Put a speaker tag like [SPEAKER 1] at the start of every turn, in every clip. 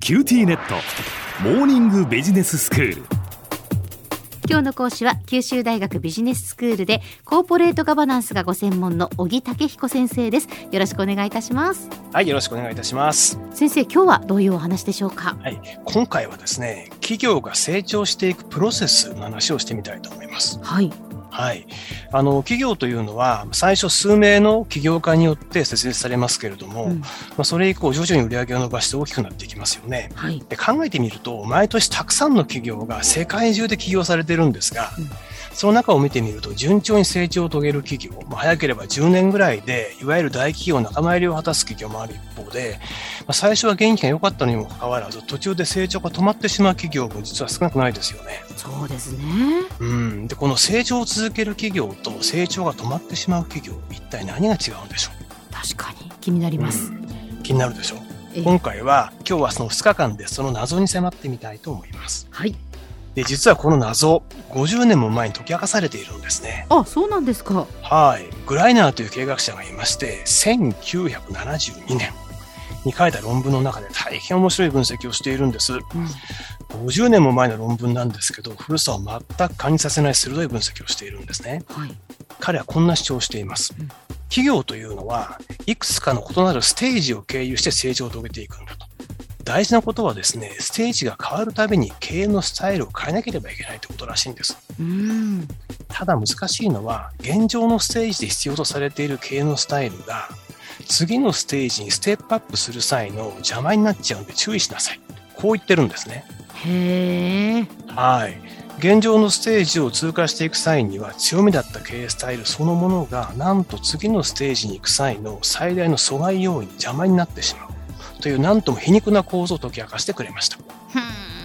[SPEAKER 1] キューティーネットモーニングビジネススクール
[SPEAKER 2] 今日の講師は九州大学ビジネススクールでコーポレートガバナンスがご専門の小木武彦先生ですよろしくお願いいたします
[SPEAKER 3] はい、よろしくお願いいたします。
[SPEAKER 2] 先生今日はどういうお話でしょうか
[SPEAKER 3] はい、今回はですね、企業が成長していくプロセスの話をしてみたいと思います。
[SPEAKER 2] はい
[SPEAKER 3] はい、あの企業というのは最初数名の起業家によって設立されますけれども、
[SPEAKER 2] うん
[SPEAKER 3] まあそれ以降徐々に売り上げを伸ばして大きくなっていきますよね。
[SPEAKER 2] はい
[SPEAKER 3] で考えてみると毎年たくさんの企業が世界中で起業されてるんですが、
[SPEAKER 2] うん
[SPEAKER 3] その中を見てみると順調に成長を遂げる企業、まあ、早ければ10年ぐらいでいわゆる大企業の仲間入りを果たす企業もある一方で、まあ、最初は元気が良かったのにもかかわらず途中で成長が止まってしまう企業も実は少なくないですよね。
[SPEAKER 2] そうですね
[SPEAKER 3] うんでこの成長を続ける企業と成長が止まってしまう企業一体何が違うんでしょう
[SPEAKER 2] 確かに気になります、
[SPEAKER 3] うん気になるでしょう
[SPEAKER 2] ええ
[SPEAKER 3] 今回は今日はその2日間でその謎に迫ってみたいと思います。
[SPEAKER 2] はい
[SPEAKER 3] で実はこの謎50年も前に解き明かされているんですね
[SPEAKER 2] あそうなんですか
[SPEAKER 3] はいグライナーという経営学者がいまして1972年に書いた論文の中で大変面白い分析をしているんです
[SPEAKER 2] うん
[SPEAKER 3] 50年も前の論文なんですけど古さを全く感じさせない鋭い分析をしているんですね
[SPEAKER 2] はい
[SPEAKER 3] 彼はこんな主張をしています
[SPEAKER 2] うん
[SPEAKER 3] 企業というのはいくつかの異なるステージを経由して成長を遂げていくんだと大事なことはですねステージが変わるたびに経営のスタイルを変えなければいけないということらしいんです
[SPEAKER 2] うん
[SPEAKER 3] ただ難しいのは現状のステージで必要とされている経営のスタイルが次のステージにステップアップする際の邪魔になっちゃうんで注意しなさいこう言ってるんですね
[SPEAKER 2] へえ
[SPEAKER 3] はい現状のステージを通過していく際には強みだった経営スタイルそのものがなんと次のステージに行く際の最大の阻害要因邪魔になってしまうというなんとも皮肉な構造を解き明かしてくれました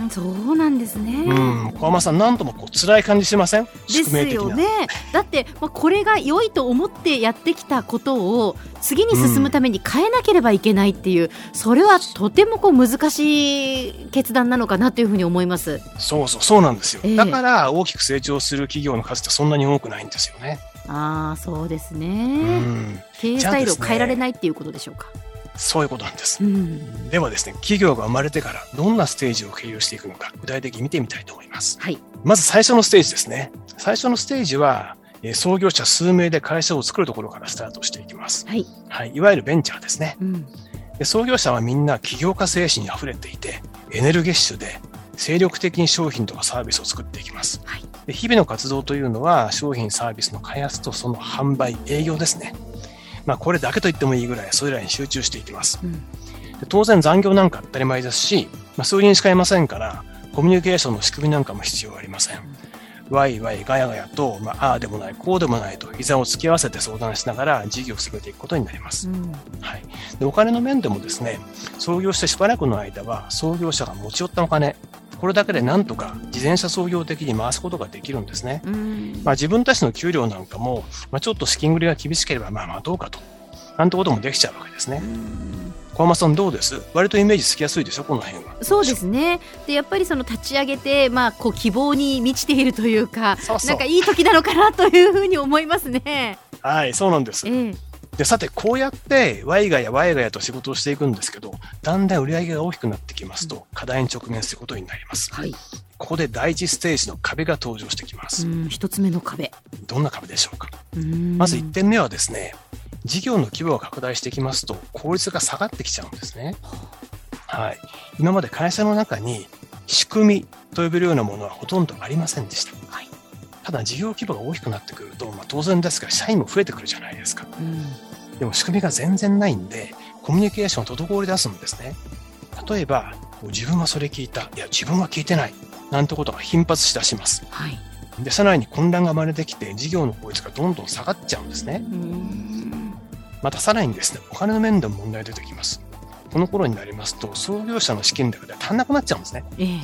[SPEAKER 2] うんそうなんですね
[SPEAKER 3] うん小浜さんなんともこう辛い感じしません
[SPEAKER 2] で
[SPEAKER 3] 宿
[SPEAKER 2] す
[SPEAKER 3] 命的
[SPEAKER 2] よ
[SPEAKER 3] な
[SPEAKER 2] ね。だって、まあ、これが良いと思ってやってきたことを次に進むために変えなければいけないっていう、それはとてもこう難しい決断なのかなというふうに思います。
[SPEAKER 3] そうそう、そうなんですよ。
[SPEAKER 2] ええ
[SPEAKER 3] だから、大きく成長する企業の数ってそんなに多くないんですよね。
[SPEAKER 2] ああそうです
[SPEAKER 3] う
[SPEAKER 2] ね、
[SPEAKER 3] ん、
[SPEAKER 2] 経営スタイルを変えられないっていうことでしょうか。
[SPEAKER 3] そういうことなんです
[SPEAKER 2] う。ん、
[SPEAKER 3] ではですね、企業が生まれてからどんなステージを経由していくのか、具体的に見てみたいと思います。
[SPEAKER 2] はい、
[SPEAKER 3] まず最初のステージですね。最初のステージは、えー創業者数名で会社を作るところからスタートしていきます。
[SPEAKER 2] はい、
[SPEAKER 3] はい、いわゆるベンチャーですね。
[SPEAKER 2] うん、
[SPEAKER 3] で創業者はみんな起業家精神に溢れていてエネルギッシュで精力的に商品とかサービスを作っていきます、
[SPEAKER 2] はい
[SPEAKER 3] で日々の活動というのは商品サービスの開発とその販売営業ですねまあこれだけと言ってもいいぐらいそれらに集中していきます
[SPEAKER 2] うん、
[SPEAKER 3] で当然残業なんか当たり前ですし、まあ、数人しかいませんからコミュニケーションの仕組みなんかも必要ありませんワイワイガヤガヤと、まあ、ああでもないこうでもないと膝を突き合わせて相談しながら事業を進めていくことになります
[SPEAKER 2] うん、
[SPEAKER 3] はい、でお金の面でもですね創業してしばらくの間は創業者が持ち寄ったお金これだけでなんとか自転車創業的に回すことができるんですね、
[SPEAKER 2] うん、
[SPEAKER 3] まあ、自分たちの給料なんかも、まあ、ちょっと資金繰りが厳しければまあまあどうかとなんてこともできちゃうわけですね小浜さんどうです割とイメージつきやすいでしょこの辺は
[SPEAKER 2] そうですね。で、やっぱりその立ち上げて、まあ、こう希望に満ちているというか。
[SPEAKER 3] そうそ
[SPEAKER 2] な
[SPEAKER 3] うん
[SPEAKER 2] かいい時なのかなというふうに思いますね。
[SPEAKER 3] はいそうなんです
[SPEAKER 2] ええ、
[SPEAKER 3] でさてこうやってワイガヤワイガヤと仕事をしていくんですけどだんだん売り上げが大きくなってきますと課題に直面することになります
[SPEAKER 2] はい。
[SPEAKER 3] ここで第一ステージの壁が登場してきます
[SPEAKER 2] うん、一つ目の壁。
[SPEAKER 3] どんな株でしょうか。
[SPEAKER 2] ま
[SPEAKER 3] まず1点目はですね、事業の規模が拡大してきますと、効率が下がってきちゃうんですね。はい。今まで会社の中に仕組みと呼べるようなものはほとんどありませんでした。
[SPEAKER 2] はい
[SPEAKER 3] ただ事業規模が大きくなってくると、まあ、当然ですが社員も増えてくるじゃないですか。
[SPEAKER 2] うん
[SPEAKER 3] でも仕組みが全然ないんで、コミュニケーションを滞り出すんですね。例えば、自分はそれ聞いた、いや自分は聞いてない、なんてことが頻発しだします。
[SPEAKER 2] はい。
[SPEAKER 3] で社内に混乱が生まれてきて事業の効率がどんどん下がっちゃうんですね
[SPEAKER 2] うん
[SPEAKER 3] またさらにですねお金の面でも問題が出てきますこの頃になりますと創業者の資金だけでは足んなくなっちゃうんですね
[SPEAKER 2] えええ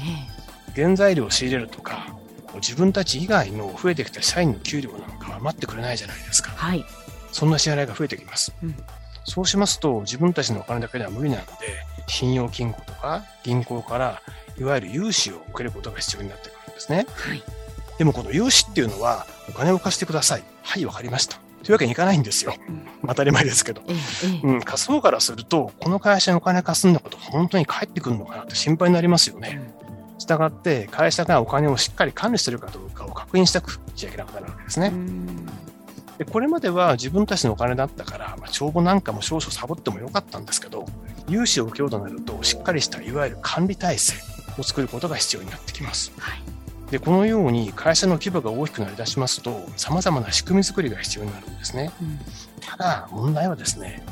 [SPEAKER 3] 原材料を仕入れるとか自分たち以外の増えてきた社員の給料なんかは待ってくれないじゃないです
[SPEAKER 2] え
[SPEAKER 3] か
[SPEAKER 2] はい。
[SPEAKER 3] そんな支払いが増えてきます、
[SPEAKER 2] うん
[SPEAKER 3] そうしますと自分たちのお金だけでは無理なので信用金庫とか銀行からいわゆる融資を受けることが必要になってくるんですね
[SPEAKER 2] はい。
[SPEAKER 3] でもこの融資っていうのはお金を貸してください。はい、わかりました。というわけにいかないんですよ。当たり前ですけど。
[SPEAKER 2] ええええ
[SPEAKER 3] うん、貸そうからすると、この会社にお金貸すんだこと、本当に返ってくるのかなって心配になりますよね。したがって、会社がお金をしっかり管理してるかどうかを確認したくちゃいけなくなるわけですね。でこれまでは自分たちのお金だったから、まあ、帳簿なんかも少々サボってもよかったんですけど、融資を受けようとなると、しっかりしたいわゆる管理体制を作ることが必要になってきます。
[SPEAKER 2] はい
[SPEAKER 3] でこのように会社の規模が大きくなりだしますと、さまざまな仕組み作りが必要になるんですね。
[SPEAKER 2] うん
[SPEAKER 3] ただ問題はですね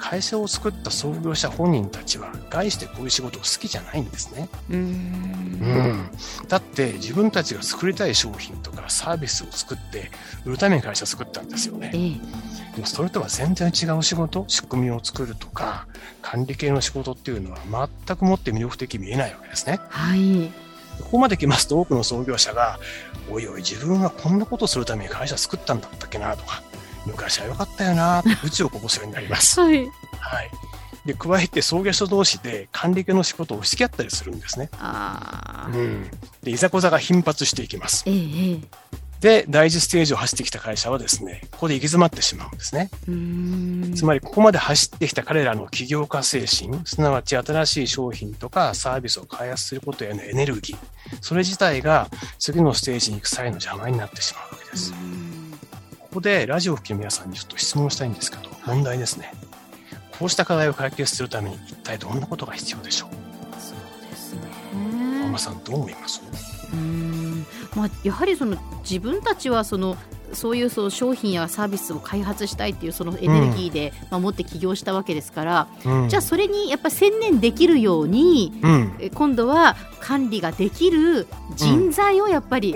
[SPEAKER 3] 会社を作った創業者本人たちは概してこういう仕事を好きじゃないんですね、うん、だって自分たちが作りたい商品とかサービスを作って売るために会社を作ったんですよね
[SPEAKER 2] ええ
[SPEAKER 3] でもそれとは全然違う仕事仕組みを作るとか管理系の仕事っていうのは全くもって魅力的に見えないわけですね
[SPEAKER 2] はい
[SPEAKER 3] ここまで来ますと多くの創業者がおいおい自分はこんなことをするために会社作ったんだったっけなとか昔は良かったよなって宇宙をこぼすようになります
[SPEAKER 2] はい
[SPEAKER 3] はい。で、加えて創業者同士で管理系の仕事を押し付け合ったりするんですね。
[SPEAKER 2] あー
[SPEAKER 3] ん。で、いざこざが頻発していきます。
[SPEAKER 2] ええええ
[SPEAKER 3] で、第一ステージを走ってきた会社はですね、ここで行き詰まってしまうんですね。
[SPEAKER 2] うーん
[SPEAKER 3] つまり、ここまで走ってきた彼らの起業家精神、すなわち新しい商品とかサービスを開発することへのエネルギー、それ自体が次のステージに行く際の邪魔になってしまうわけです。ここでラジオを聴きの皆さんにちょっと質問したいんですけど、問題ですね。こうした課題を解決するために一体どんなことが必要でしょう
[SPEAKER 2] そうですね
[SPEAKER 3] ママさんどう思います
[SPEAKER 2] うーんまあ、やはりその自分たちはそのそういうそう商品やサービスを開発したいっていうそのエネルギーで守って起業したわけですから、じゃあそれにやっぱり専念できるように
[SPEAKER 3] うん、
[SPEAKER 2] え今度は管理ができる人材をやっぱり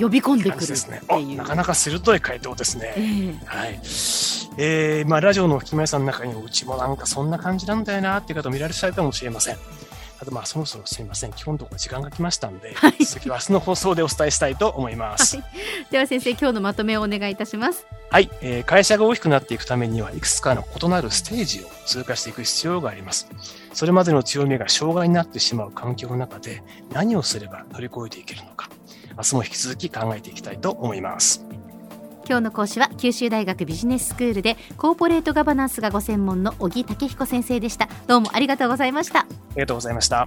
[SPEAKER 2] 呼び込んで
[SPEAKER 3] 感
[SPEAKER 2] くるって
[SPEAKER 3] じで
[SPEAKER 2] い
[SPEAKER 3] すね。お
[SPEAKER 2] う。
[SPEAKER 3] なかなか鋭い回答です
[SPEAKER 2] え
[SPEAKER 3] ね。
[SPEAKER 2] え
[SPEAKER 3] はい。えー、まあラジオのお聞きの皆さんの中にもうちもなんかそんな感じなんだよなっていう方もいらっしゃるかもしれません。あとまあそろそろすみません。今日のところ時間が来ましたんで、
[SPEAKER 2] はい
[SPEAKER 3] 続きは明日の放送でお伝えしたいと思います。はい、
[SPEAKER 2] では先生今日のまとめをお願いいたします。
[SPEAKER 3] えー会社が大きくなっていくためにはいくつかの異なるステージを通過していく必要があります。それまでの強みが障害になってしまう環境の中で何をすれば乗り越えていけるのか、明日も引き続き考えていきたいと思います。
[SPEAKER 2] 今日の講師は九州大学ビジネススクールでコーポレートガバナンスがご専門の小木武彦先生でした。どうもありがとうございました。
[SPEAKER 3] ありがとうございました。